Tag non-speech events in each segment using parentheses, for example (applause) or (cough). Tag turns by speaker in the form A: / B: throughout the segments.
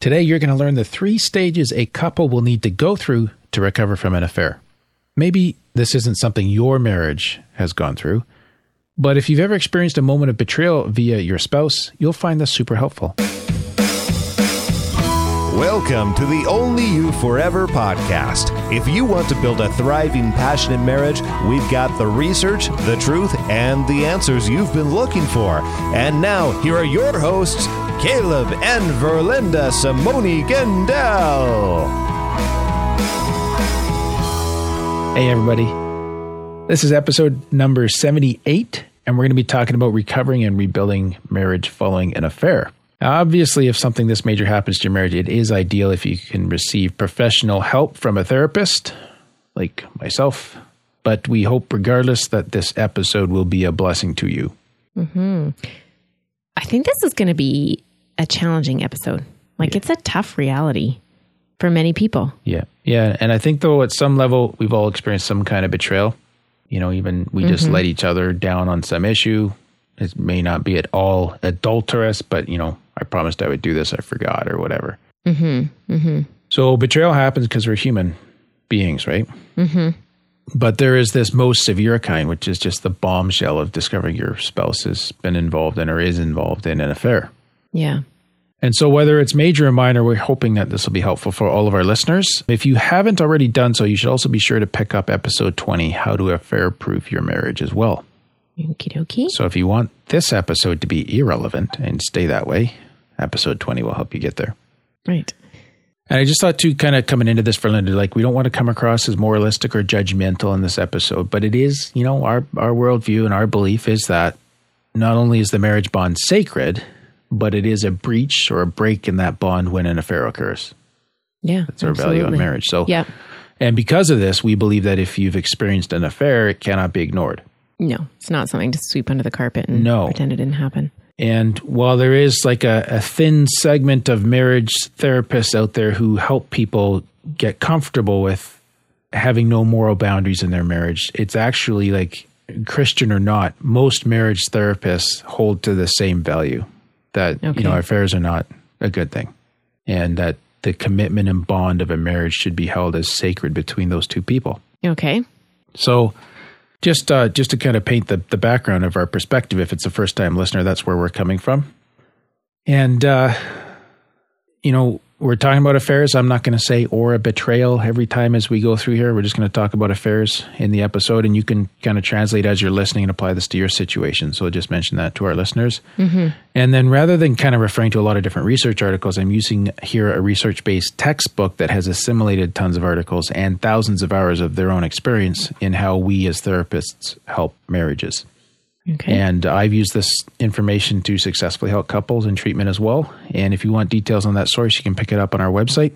A: Today, you're going to learn the three stages a couple will need to go through to recover from an affair. Maybe this isn't something your marriage has gone through, but if you've ever experienced a moment of betrayal via your spouse, you'll find this super helpful.
B: Welcome to the Only You Forever podcast. If you want to build a thriving, passionate marriage, we've got the research, the truth, and the answers you've been looking for. And now, here are your hosts, Caleb and Verlinda Simone Gendel.
A: Hey, everybody. This is episode number 78, and we're going to be talking about recovering and rebuilding marriage following an affair. Now, obviously, if something this major happens to your marriage, it is ideal if you can receive professional help from a therapist like myself. But we hope, regardless, that this episode will be a blessing to you.
C: I think this is going to be a challenging episode. Like it's a tough reality for many people.
A: Yeah. Yeah. And I think, though, at some level, we've all experienced some kind of betrayal. You know, even we just let each other down on some issue. It may not be at all adulterous, but, you know, I promised I would do this. I forgot or whatever. Mm-hmm. Mm-hmm. So betrayal happens because we're human beings, right? Mm-hmm. But there is this most severe kind, which is just the bombshell of discovering your spouse has been involved in or is involved in an affair.
C: Yeah.
A: And so, whether it's major or minor, we're hoping that this will be helpful for all of our listeners. If you haven't already done so, you should also be sure to pick up episode 20 How to Affair Proof Your Marriage as well.
C: Okie dokie.
A: So, if you want this episode to be irrelevant and stay that way, episode 20 will help you get there.
C: Right.
A: And I just thought, too, kind of coming into this for Linda, like we don't want to come across as moralistic or judgmental in this episode, but it is, you know, our, our worldview and our belief is that not only is the marriage bond sacred, but it is a breach or a break in that bond when an affair occurs.
C: Yeah.
A: It's our value on
C: absolutely.
A: marriage. So,
C: Yeah.
A: and because of this, we believe that if you've experienced an affair, it cannot be ignored.
C: No, it's not something to sweep under the carpet and
A: No.
C: pretend it didn't happen.
A: And while there is like a, a thin segment of marriage therapists out there who help people get comfortable with having no moral boundaries in their marriage, it's actually like Christian or not, most marriage therapists hold to the same value that
C: Okay.
A: you know affairs are not a good thing, and that the commitment and bond of a marriage should be held as sacred between those two people.
C: Okay.
A: So, just uh, just to kind of paint the the background of our perspective, if it's a first time listener, that's where we're coming from. And uh, you know, we're talking about affairs. I'm not going to say or a betrayal every time as we go through here. We're just going to talk about affairs in the episode, and you can kind of translate as you're listening and apply this to your situation. So, just mention that to our listeners. And then rather than kind of referring to a lot of different research articles, I'm using here a research based textbook that has assimilated tons of articles and thousands of hours of their own experience in how we as therapists help marriages.
C: Okay.
A: And I've used this information to successfully help couples in treatment as well. And if you want details on that source, you can pick it up on our website,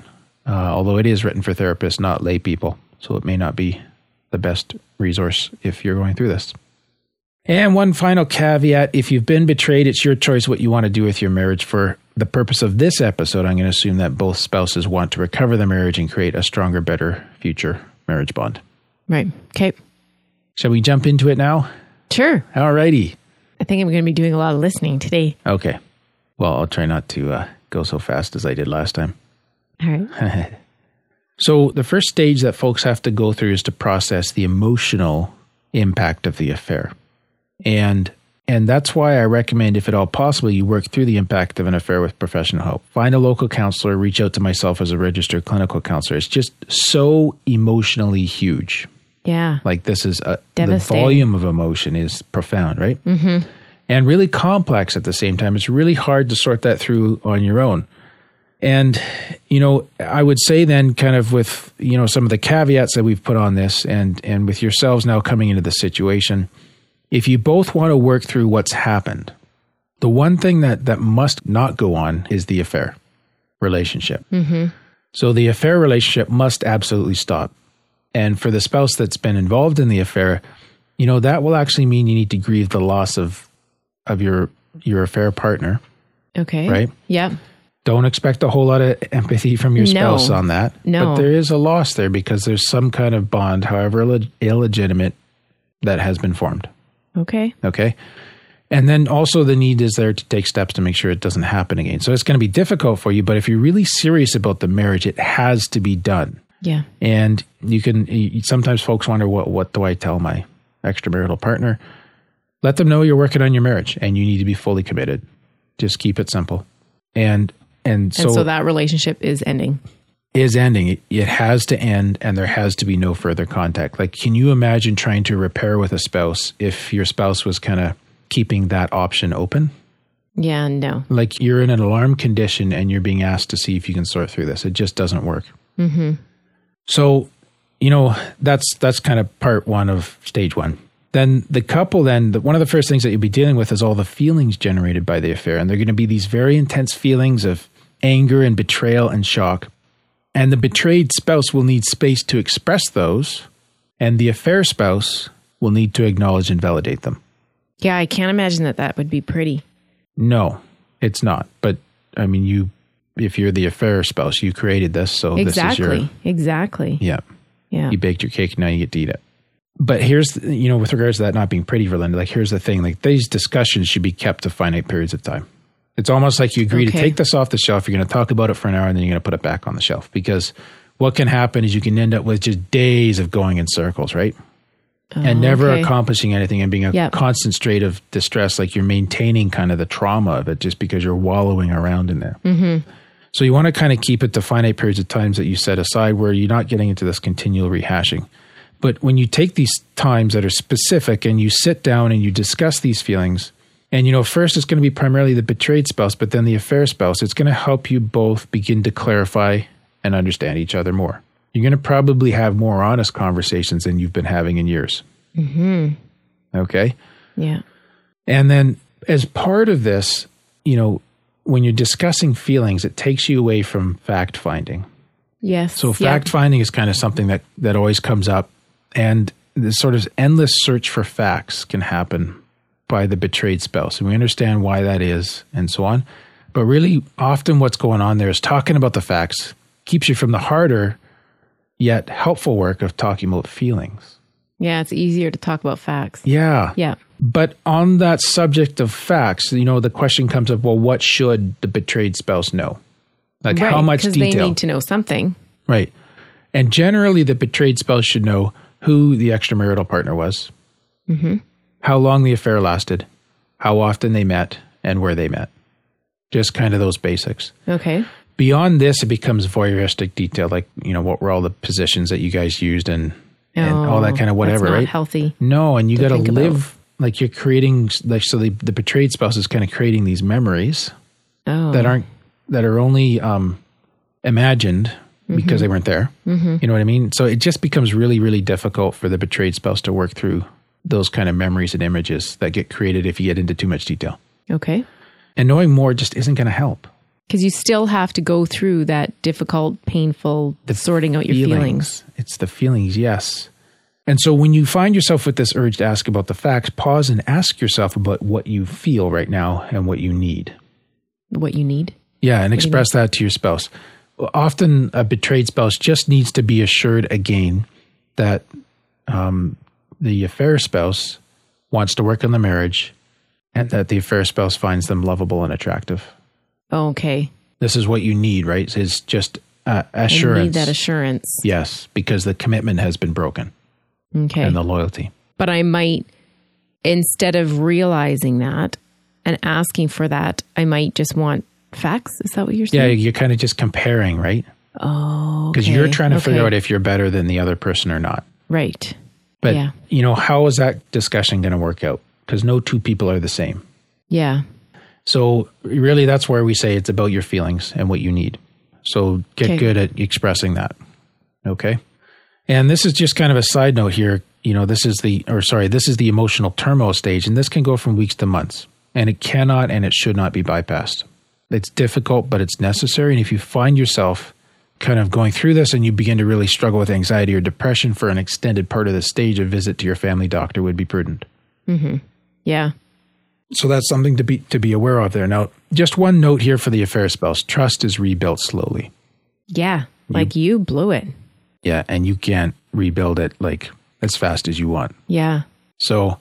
A: uh, although it is written for therapists, not lay people. So it may not be the best resource if you're going through this. And one final caveat if you've been betrayed, it's your choice what you want to do with your marriage. For the purpose of this episode, I'm going to assume that both spouses want to recover the marriage and create a stronger, better future marriage bond.
C: right. Okay.
A: Shall we jump into it now?
C: Sure.
A: Alrighty.
C: I think I'm going to be doing a lot of listening today.
A: Okay. Well, I'll try not to uh, go so fast as I did last time.
C: All right.
A: So, the first stage that folks have to go through is to process the emotional impact of the affair. And and that's why I recommend if at all possible you work through the impact of an affair with professional help. Find a local counselor, reach out to myself as a registered clinical counselor. It's just so emotionally huge.
C: Yeah.
A: Like this is a, the
C: Devastating.
A: volume of emotion is profound, right? Mm-hmm. And really complex at the same time. It's really hard to sort that through on your own. And you know, I would say then, kind of with you know some of the caveats that we've put on this, and and with yourselves now coming into the situation, if you both want to work through what's happened, the one thing that that must not go on is the affair relationship. Mm-hmm. So the affair relationship must absolutely stop. And for the spouse that's been involved in the affair, you know, that will actually mean you need to grieve the loss of of your your affair partner.
C: Okay.
A: Right.
C: Yep.
A: Don't expect a whole lot of empathy from your
C: No.
A: spouse on that.
C: No.
A: But there is a loss there because there's some kind of bond, however illeg- illegitimate, that has been formed.
C: Okay.
A: Okay. And then also the need is there to take steps to make sure it doesn't happen again. So it's going to be difficult for you, but if you're really serious about the marriage, it has to be done.
C: Yeah.
A: And you can you- sometimes folks wonder what what do I tell my extramarital partner? Let them know you're working on your marriage and you need to be fully committed. Just keep it simple. And and so,
C: and so that relationship is ending.
A: is ending. It, it has to end, and there has to be no further contact. Like, can you imagine trying to repair with a spouse if your spouse was kind of keeping that option open?
C: Yeah, no.
A: Like, you're in an alarm condition and you're being asked to see if you can sort through this. It just doesn't work. Mm-hmm. So, you know, that's that's kind of part one of stage one. Then the couple, then the, one of the first things that you'll be dealing with is all the feelings generated by the affair, and they're going to be these very intense feelings of anger and betrayal and shock. And the betrayed spouse will need space to express those, and the affair spouse will need to acknowledge and validate them.
C: Yeah, I can't imagine that that would be pretty.
A: No, it's not. But I mean, you, if you're the affair spouse, you created this, so Oh, this is
C: exactly.
A: your
C: exactly.
A: yeah.
C: Yeah.
A: You baked your cake, now you get to eat it. But here's the- you know, with regards to that not being pretty, Verlinda, like here's the thing: like these discussions should be kept to finite periods of time. It's almost like you agree to
C: Okay.
A: take this off the shelf. You're going to talk about it for an hour, and then you're going to put it back on the shelf because what can happen is you can end up with just days of going in circles, right? and never
C: Oh, okay.
A: accomplishing anything and being a
C: Yep.
A: constant state of distress like you're maintaining kind of the trauma of it just because you're wallowing around in there mm-hmm. so you want to kind of keep it to finite periods of times that you set aside where you're not getting into this continual rehashing but when you take these times that are specific and you sit down and you discuss these feelings and you know first it's going to be primarily the betrayed spouse but then the affair spouse it's going to help you both begin to clarify and understand each other more you're going to probably have more honest conversations than you've been having in years Okay.
C: yeah.
A: And then as part of this, you know, when you're discussing feelings, it takes you away from fact finding.
C: Yes.
A: So fact finding is kind of something that that always comes up and this sort of endless search for facts can happen by the betrayed spouse. And we understand why that is and so on. But really often what's going on there is talking about the facts keeps you from the harder yet helpful work of talking about feelings.
C: Yeah, it's easier to talk about facts.
A: Yeah.
C: Yeah.
A: But on that subject of facts, you know, the question comes up well, what should the betrayed spouse know? Like, how
C: Right,
A: much
C: 'cause
A: detail?
C: They need to know something.
A: right. And generally, the betrayed spouse should know who the extramarital partner was,
C: Mm-hmm.
A: how long the affair lasted, how often they met, and where they met. Just kind of those basics
C: Okay.
A: beyond this it becomes voyeuristic detail like you know what were all the positions that you guys used and and
C: No,
A: all that kind of whatever
C: Oh, that's not
A: right
C: healthy.
A: no and you got to
C: think about.
A: live like you're creating like so the, the betrayed spouse is kind of creating these memories
C: Oh.
A: that aren't that are only um imagined
C: Mm-hmm.
A: because they weren't there you know what i mean so it just becomes really really difficult for the betrayed spouse to work through those kind of memories and images that get created if you get into too much detail
C: Oh, okay.
A: and knowing more just isn't going to help
C: Because you still have to go through that difficult, painful sorting out your feelings.
A: It's the feelings, yes. And so when you find yourself with this urge to ask about the facts, pause and ask yourself about what you feel right now and what you need.
C: what you need.
A: Yeah, and express that to your spouse. Often a betrayed spouse just needs to be assured again that um, the affair spouse wants to work on the marriage and that the affair spouse finds them lovable and attractive.
C: Oh, okay.
A: This is what you need, right? Is just uh,
C: I
A: assurance.
C: need that assurance.
A: yes, because the commitment has been broken.
C: Okay.
A: and the loyalty.
C: but I might, instead of realizing that and asking for that, I might just want facts. Is that what you're
A: Yeah,
C: saying?
A: you're kind of just comparing, right?
C: Oh.
A: Because you're trying to figure out if you're better than the other person or not.
C: Right.
A: But
C: Yeah.
A: you know, how is that discussion going to work out? Because no two people are the same.
C: Yeah.
A: So really, that's where we say it's about your feelings and what you need. So get
C: Okay.
A: good at expressing that. Okay. And this is just kind of a side note here. You know, this is the or sorry, this is the emotional turmoil stage, and this can go from weeks to months. And it cannot and it should not be bypassed. It's difficult, but it's necessary. And if you find yourself kind of going through this and you begin to really struggle with anxiety or depression for an extended part of the stage, a visit to your family doctor would be prudent.
C: Yeah.
A: So that's something to be to be aware of there. Now, just one note here for the affair spouse: trust is rebuilt slowly.
C: Yeah. Like you blew it.
A: Yeah, and you can't rebuild it like as fast as you want.
C: Yeah.
A: So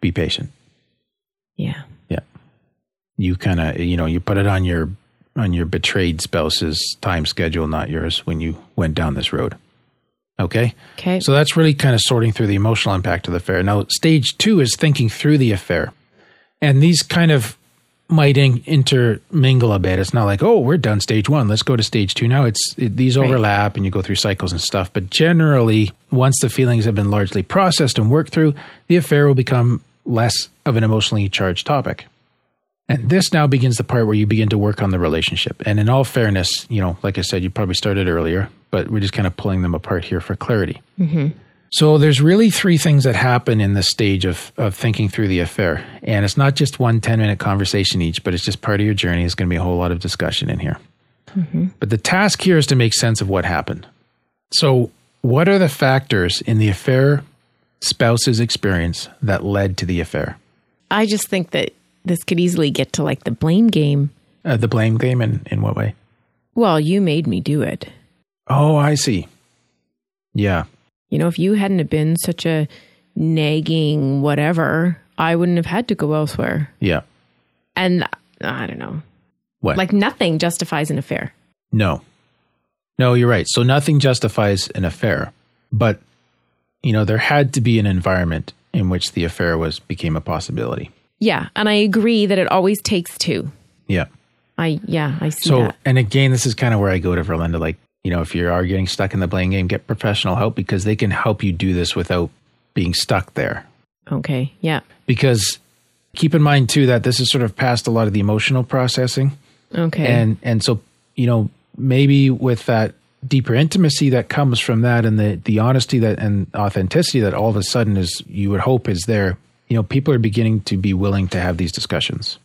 A: be patient.
C: Yeah.
A: Yeah. You kind of, you know, you put it on your on your betrayed spouse's time schedule, not yours, when you went down this road. Okay?
C: Okay.
A: So that's really kind of sorting through the emotional impact of the affair. Now, stage 2 is thinking through the affair. And these kind of might in- intermingle a bit. It's not like, "Oh, we're done stage 1, let's go to stage 2." Now, it's it, these
C: Right.
A: overlap and you go through cycles and stuff, but generally, once the feelings have been largely processed and worked through, the affair will become less of an emotionally charged topic. And this now begins the part where you begin to work on the relationship. And in all fairness, you know, like I said, you probably started earlier, but we're just kind of pulling them apart here for clarity. So there's really three things that happen in this stage of, of thinking through the affair. And it's not just one 10 minute conversation each, but it's just part of your journey. It's going to be a whole lot of discussion in here. But the task here is to make sense of what happened. So, what are the factors in the affair spouse's experience that led to the affair?
C: I just think that this could easily get to like the blame game.
A: Uh, the blame game, in, in what way?
C: Well, you made me do it.
A: Oh, I see. Yeah.
C: You know, if you hadn't have been such a nagging whatever, I wouldn't have had to go elsewhere.
A: Yeah.
C: And uh, I don't know.
A: What?
C: Like nothing justifies an affair.
A: No. No, you're right. So nothing justifies an affair, but you know, there had to be an environment in which the affair was became a possibility.
C: Yeah, and I agree that it always takes two.
A: Yeah.
C: I yeah, I see
A: So
C: that.
A: and again, this is kind of where I go to Verlinda like, you know, if you are getting stuck in the blame game, get professional help because they can help you do this without being stuck there.
C: Okay. Yeah.
A: Because keep in mind too that this is sort of past a lot of the emotional processing.
C: Okay.
A: and and so you know maybe with that deeper intimacy that comes from that and the the honesty that and authenticity that all of a sudden is you would hope is there you know people are beginning to be willing to have these discussions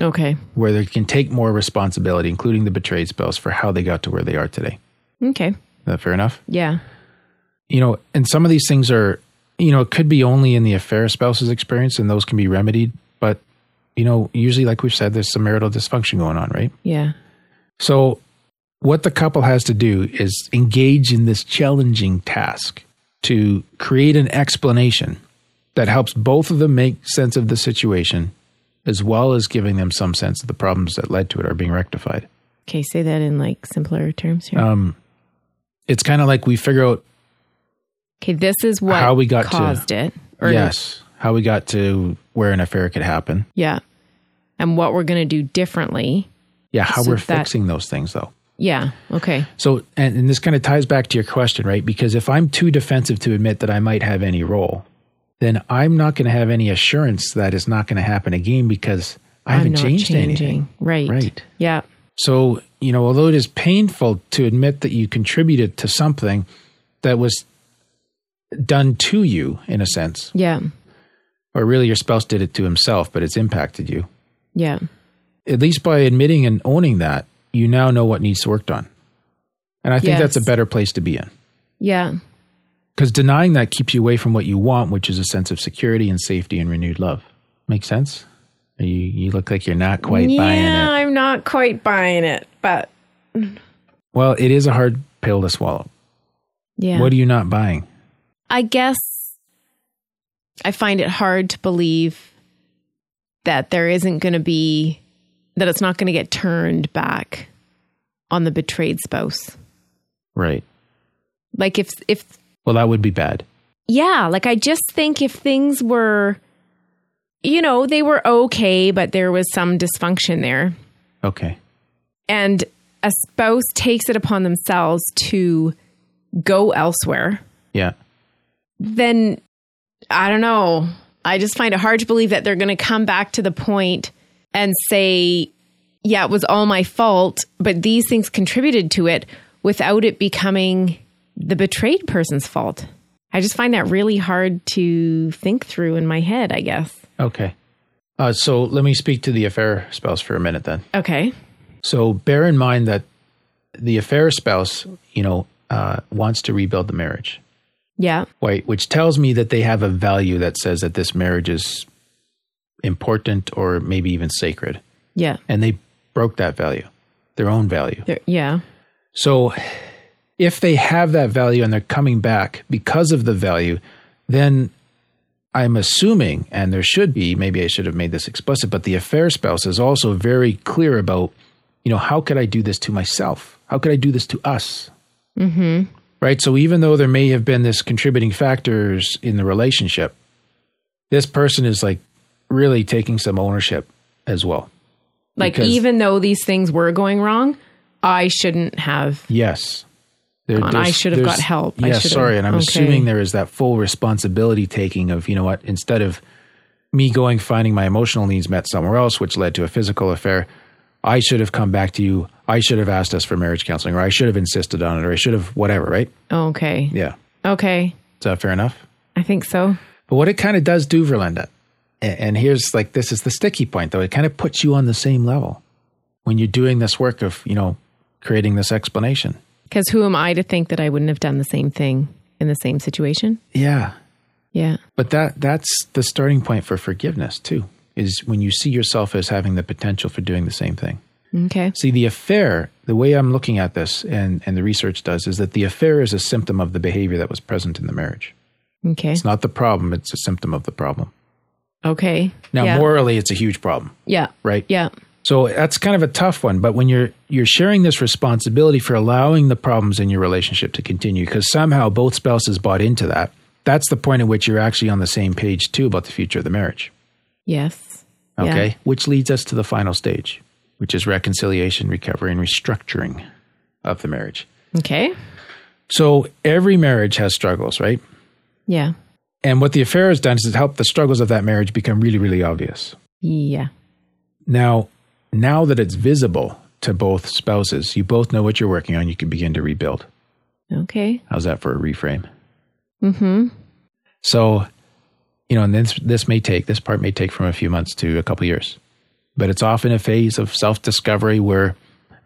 C: okay.
A: where they can take more responsibility including the betrayed spouse for how they got to where they are today
C: Okay.
A: is that fair enough
C: Yeah.
A: you know and some of these things are you know it could be only in the affair spouse's experience and those can be remedied but you know usually like we've said there's some marital dysfunction going on right
C: Yeah.
A: So, what the couple has to do is engage in this challenging task to create an explanation that helps both of them make sense of the situation, as well as giving them some sense of the problems that led to it are being rectified.
C: Okay, say that in like simpler terms here.
A: Um, it's kind of like we figure out
C: okay, this is what
A: how we got to-
C: caused it. Or
A: yes how we got to where an affair could happen.
C: Yeah. And what we're going to do differently.
A: Yeah, how
C: So
A: we're
C: that-
A: fixing those things though.
C: Yeah. Okay.
A: So, and, and this kind of ties back to your question, right? Because if I'm too defensive to admit that I might have any role, then I'm not going to have any assurance that it's not going to happen again because I
C: I'm
A: haven't
C: not
A: changed
C: changing.
A: anything.
C: Right.
A: Right.
C: Yeah.
A: So, you know, although it is painful to admit that you contributed to something that was done to you in a sense,
C: Yeah.
A: or really your spouse did it to himself, but it's impacted you,
C: Yeah.
A: at least by admitting and owning that, you now know what needs worked on. And I think that's a
C: Yes.
A: better place to be in.
C: Yeah.
A: Because denying that keeps you away from what you want, which is a sense of security and safety and renewed love. Make sense? You you look like you're not quite
C: yeah,
A: buying it.
C: I'm not quite buying it, but
A: Well, it is a hard pill to swallow.
C: yeah.
A: What are you not buying?
C: I guess I find it hard to believe that there isn't going to be that it's not going to get turned back on the betrayed spouse.
A: Right.
C: Like if if
A: Well, that would be bad.
C: yeah, like I just think if things were you know, they were okay, but there was some dysfunction there
A: Okay.
C: and a spouse takes it upon themselves to go elsewhere.
A: Yeah.
C: then I don't know. I just find it hard to believe that they're going to come back to the point and say, yeah, it was all my fault, but these things contributed to it without it becoming the betrayed person's fault. I just find that really hard to think through in my head, I guess.
A: Okay. Uh, so let me speak to the affair spouse for a minute then.
C: Okay.
A: So bear in mind that the affair spouse, you know, uh, wants to rebuild the marriage.
C: Yeah.
A: Right, which tells me that they have a value that says that this marriage is important or maybe even sacred.
C: Yeah.
A: And they broke that value, their own value.
C: There, yeah.
A: So if they have that value and they're coming back because of the value, then I'm assuming, and there should be, maybe I should have made this explicit, but the affair spouse is also very clear about, you know, how could I do this to myself? How could I do this to us?
C: Mm-hmm.
A: Right. So even though there may have been this contributing factors in the relationship, this person is like really taking some ownership as well.
C: Like,
A: Because-
C: even though these things were going wrong, I shouldn't have.
A: Yes. There-
C: on,
A: there's-
C: I should have
A: there's-
C: got help. I
A: Yeah,
C: should have-
A: sorry. And I'm
C: okay.
A: assuming there is that full responsibility taking of, you know what, instead of me going finding my emotional needs met somewhere else, which led to a physical affair, I should have come back to you. I should have asked us for marriage counseling, or I should have insisted on it, or I should have whatever, right?
C: Okay.
A: Yeah.
C: Okay.
A: Is that fair enough?
C: I think so.
A: But what it kind of does do, Verlinda, a- and here's like this is the sticky point though, it kind of puts you on the same level when you're doing this work of, you know, creating this explanation.
C: Because who am I to think that I wouldn't have done the same thing in the same situation?
A: Yeah.
C: Yeah.
A: But that that's the starting point for forgiveness too, is when you see yourself as having the potential for doing the same thing.
C: Okay.
A: See the affair, the way I'm looking at this and, and the research does is that the affair is a symptom of the behavior that was present in the marriage.
C: Okay.
A: It's not the problem, it's a symptom of the problem.
C: Okay.
A: Now
C: yeah.
A: morally it's a huge problem,
C: Yeah.
A: right?
C: Yeah.
A: So that's kind of a tough one, but when you're you're sharing this responsibility for allowing the problems in your relationship to continue because somehow both spouses bought into that, that's the point at which you're actually on the same page too about the future of the marriage.
C: Yes. Yeah.
A: Okay? Which leads us to the final stage, which is reconciliation, recovery and restructuring of the marriage.
C: Okay.
A: So every marriage has struggles, right?
C: Yeah.
A: And what the affair has done is it's helped the struggles of that marriage become really really obvious.
C: Yeah.
A: Now, now that it's visible to both spouses, you both know what you're working on, you can begin to rebuild.
C: Okay.
A: How's that for a reframe?
C: Mm-hmm.
A: So, you know, and this this may take this part may take from a few months to a couple years, but it's often a phase of self discovery where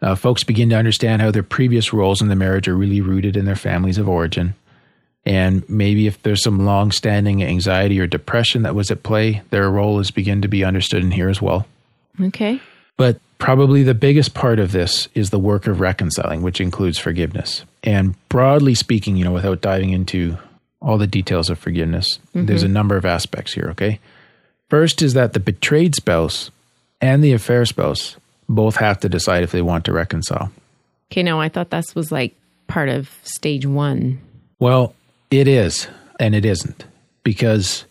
A: uh, folks begin to understand how their previous roles in the marriage are really rooted in their families of origin, and maybe if there's some long standing anxiety or depression that was at play, their role is begin to be understood in here as well.
C: Okay.
A: But probably the biggest part of this is the work of reconciling, which includes forgiveness. And broadly speaking, you know, without diving into all the details of forgiveness, there's a number of aspects here, okay? First is that the betrayed spouse and the affair spouse both have to decide if they want to reconcile.
C: Okay. No, I thought this was like part of stage one.
A: Well, it is and it isn't because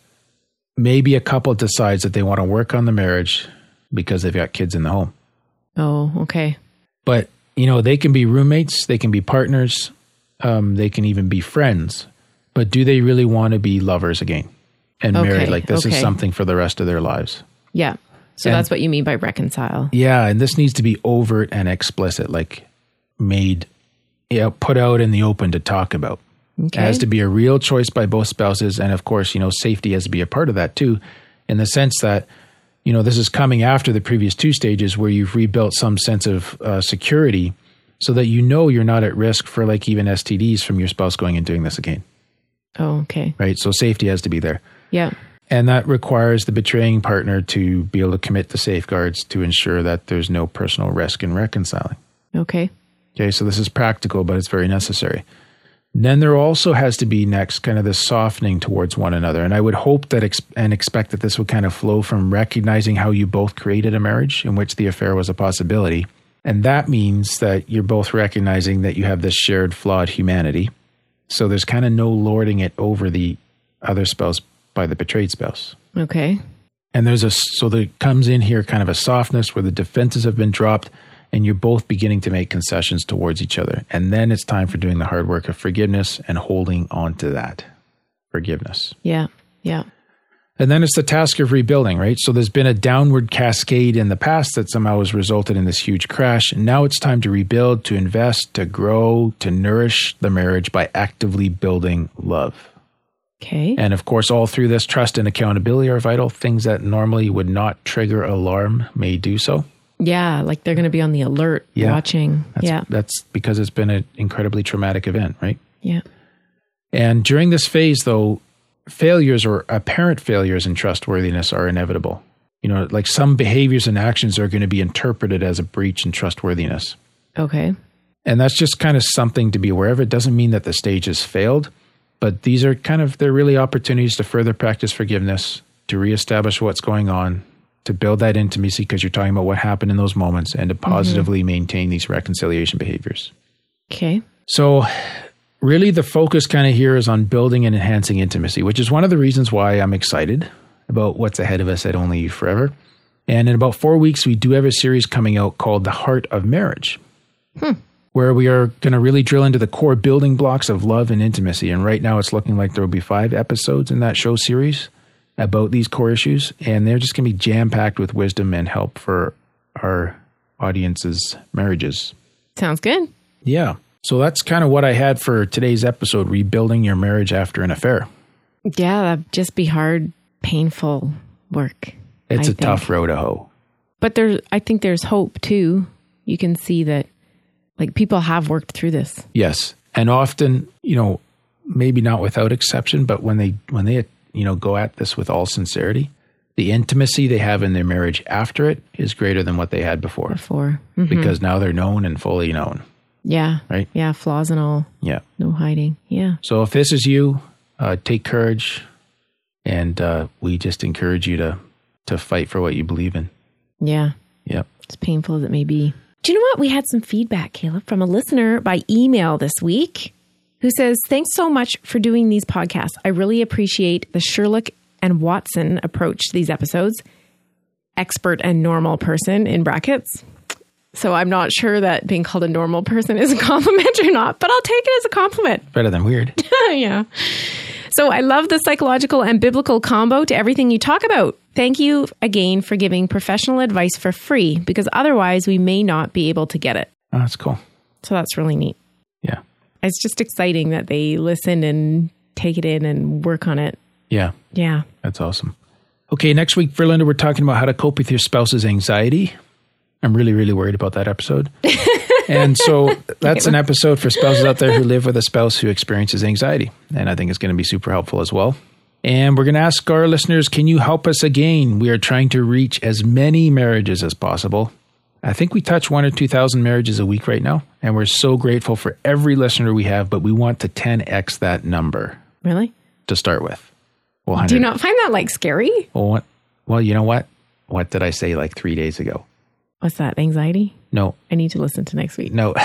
A: maybe a couple decides that they want to work on the marriage because they've got kids in the home.
C: Oh, okay.
A: but you know they can be roommates they can be partners um, they can even be friends but do they really want to be lovers again and married
C: Okay,
A: like this is
C: okay.
A: something for the rest of their lives
C: Yeah. So
A: And-
C: that's what you mean by reconcile.
A: yeah and this needs to be overt and explicit like made you know, put out in the open to talk about
C: Okay.
A: it has to be a real choice by both spouses and of course you know safety has to be a part of that too in the sense that you know this is coming after the previous two stages where you've rebuilt some sense of uh, security so that you know you're not at risk for like even stds from your spouse going and doing this again
C: oh, okay.
A: right so safety has to be there
C: Yeah.
A: and that requires the betraying partner to be able to commit the safeguards to ensure that there's no personal risk in reconciling
C: Okay.
A: Okay, so this is practical, but it's very necessary. Then there also has to be next kind of this softening towards one another. And I would hope that ex- and expect that this would kind of flow from recognizing how you both created a marriage in which the affair was a possibility. And that means that you're both recognizing that you have this shared flawed humanity. So there's kind of no lording it over the other spouse by the betrayed spouse.
C: Okay.
A: And there's a so there comes in here kind of a softness where the defenses have been dropped and you're both beginning to make concessions towards each other. And then it's time for doing the hard work of forgiveness and holding on to that forgiveness.
C: Yeah. Yeah.
A: And then it's the task of rebuilding, right? So there's been a downward cascade in the past that somehow has resulted in this huge crash. And now it's time to rebuild, to invest, to grow, to nourish the marriage by actively building love.
C: Okay.
A: And of course, all through this, trust and accountability are vital. Things that normally would not trigger alarm may do so.
C: yeah. Like they're going to be on the alert
A: Yeah.
C: watching.
A: That's,
C: yeah.
A: That's because it's been an incredibly traumatic event, right?
C: Yeah.
A: And during this phase, though, failures or apparent failures in trustworthiness are inevitable. You know, like some behaviors and actions are going to be interpreted as a breach in trustworthiness.
C: Okay.
A: And that's just kind of something to be aware of. It doesn't mean that the stage has failed, But these are kind of, they're really opportunities to further practice forgiveness, to reestablish what's going on, to build that intimacy because you're talking about what happened in those moments and to positively maintain these reconciliation behaviors.
C: Okay.
A: So, really, the focus kind of here is on building and enhancing intimacy, which is one of the reasons why I'm excited about what's ahead of us at Only You Forever. And in about four weeks, we do have a series coming out called The Heart of Marriage, where we are going to really drill into the core building blocks of love and intimacy. And right now, it's looking like there will be five episodes in that show series about these core issues. And they're just going to be jam packed with wisdom and help for our audience's marriages.
C: Sounds good.
A: Yeah. So that's kind of what I had for today's episode rebuilding your marriage after an affair.
C: Yeah, that'd just be hard, painful work.
A: It's
C: a
A: a tough road to hoe.
C: But there's I think there's hope too. You can see that like people have worked through this.
A: Yes. And often, you know, maybe not without exception, but when they when they, you know, go at this with all sincerity, the intimacy they have in their marriage after it is greater than what they had before
C: before. Mm.
A: because now they're known and fully known,
C: Yeah.
A: right?
C: Yeah, flaws and all.
A: Yeah.
C: No hiding. Yeah.
A: So if this is you, uh, take courage and uh, we just encourage you to to fight for what you believe in.
C: Yeah.
A: Yep.
C: As painful as it may be. Do you know what? We had some feedback, Caleb, from a listener by email this week who says, Thanks so much for doing these podcasts. I really appreciate the Sherlock and Watson approach to these episodes. Expert and normal person in brackets. So I'm not sure that being called a normal person is a (laughs) compliment or not, but I'll take it as a compliment.
A: Better than weird.
C: (laughs) yeah. So I love the psychological and biblical combo to everything you talk about. Thank you again for giving professional advice for free because otherwise we may not be able to get it.
A: Oh, that's cool.
C: So that's really neat.
A: Yeah.
C: It's just exciting that they listen and take it in and work on it.
A: Yeah.
C: Yeah.
A: That's awesome. Okay, next week, Verlinda, we're talking about how to cope with your spouse's anxiety. I'm really, really worried about that
C: (laughs)
A: episode. and so that's an episode for spouses out there who live with a spouse who experiences anxiety. And I think it's going to be super helpful as well. And we're going to ask our listeners, can you help us again? We are trying to reach as many marriages as possible. I think we touch one or 2,000 marriages a week right now. And we're so grateful for every listener we have, but we want to 10x that number
C: Really?
A: to start with. Well,
C: Do you not find that like scary?
A: well, what, well, you know what? What did I say like three days ago?
C: What's that? Anxiety?
A: No,
C: I need to listen to next week.
A: no. (laughs)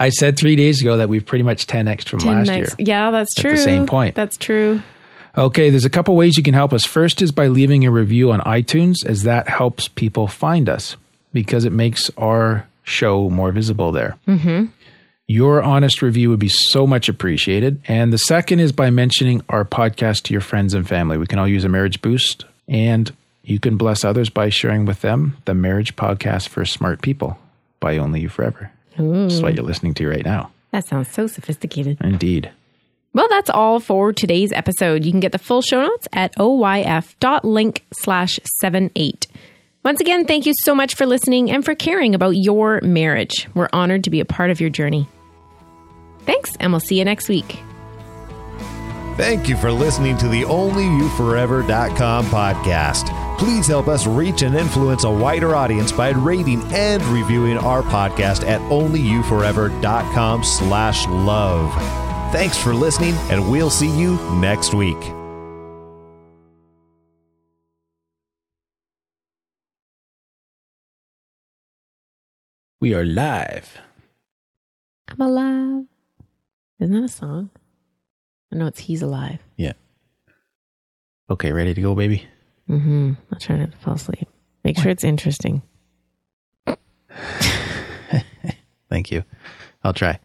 A: I said three days ago that we've pretty much 10x from last year.
C: Yeah, that's true.
A: the same point.
C: That's true.
A: Okay, there's a couple ways you can help us. First is by leaving a review on iTunes, as that helps people find us because it makes our show more visible there. Mm-hmm. Your honest review would be so much appreciated. And the second is by mentioning our podcast to your friends and family. We can all use a marriage boost, and you can bless others by sharing with them the marriage podcast for smart people by Only You Forever. That's what you're listening to right now.
C: That sounds so sophisticated.
A: Indeed.
C: Well, that's all for today's episode. You can get the full show notes at oyf.link slash 78. Once again, thank you so much for listening and for caring about your marriage. We're honored to be a part of your journey. Thanks, and we'll see you next week.
B: Thank you for listening to the OnlyYouForever.com podcast. Please help us reach and influence a wider audience by rating and reviewing our podcast at OnlyYouForever.com slash love. Thanks for listening, and we'll see you next week.
A: We are live.
C: I'm alive. Isn't that a song? I know it's He's Alive.
A: Yeah. Okay, ready to go, baby?
C: Mm-hmm. I'll try not to fall asleep. Make sure it's interesting.
A: Thank you. I'll try.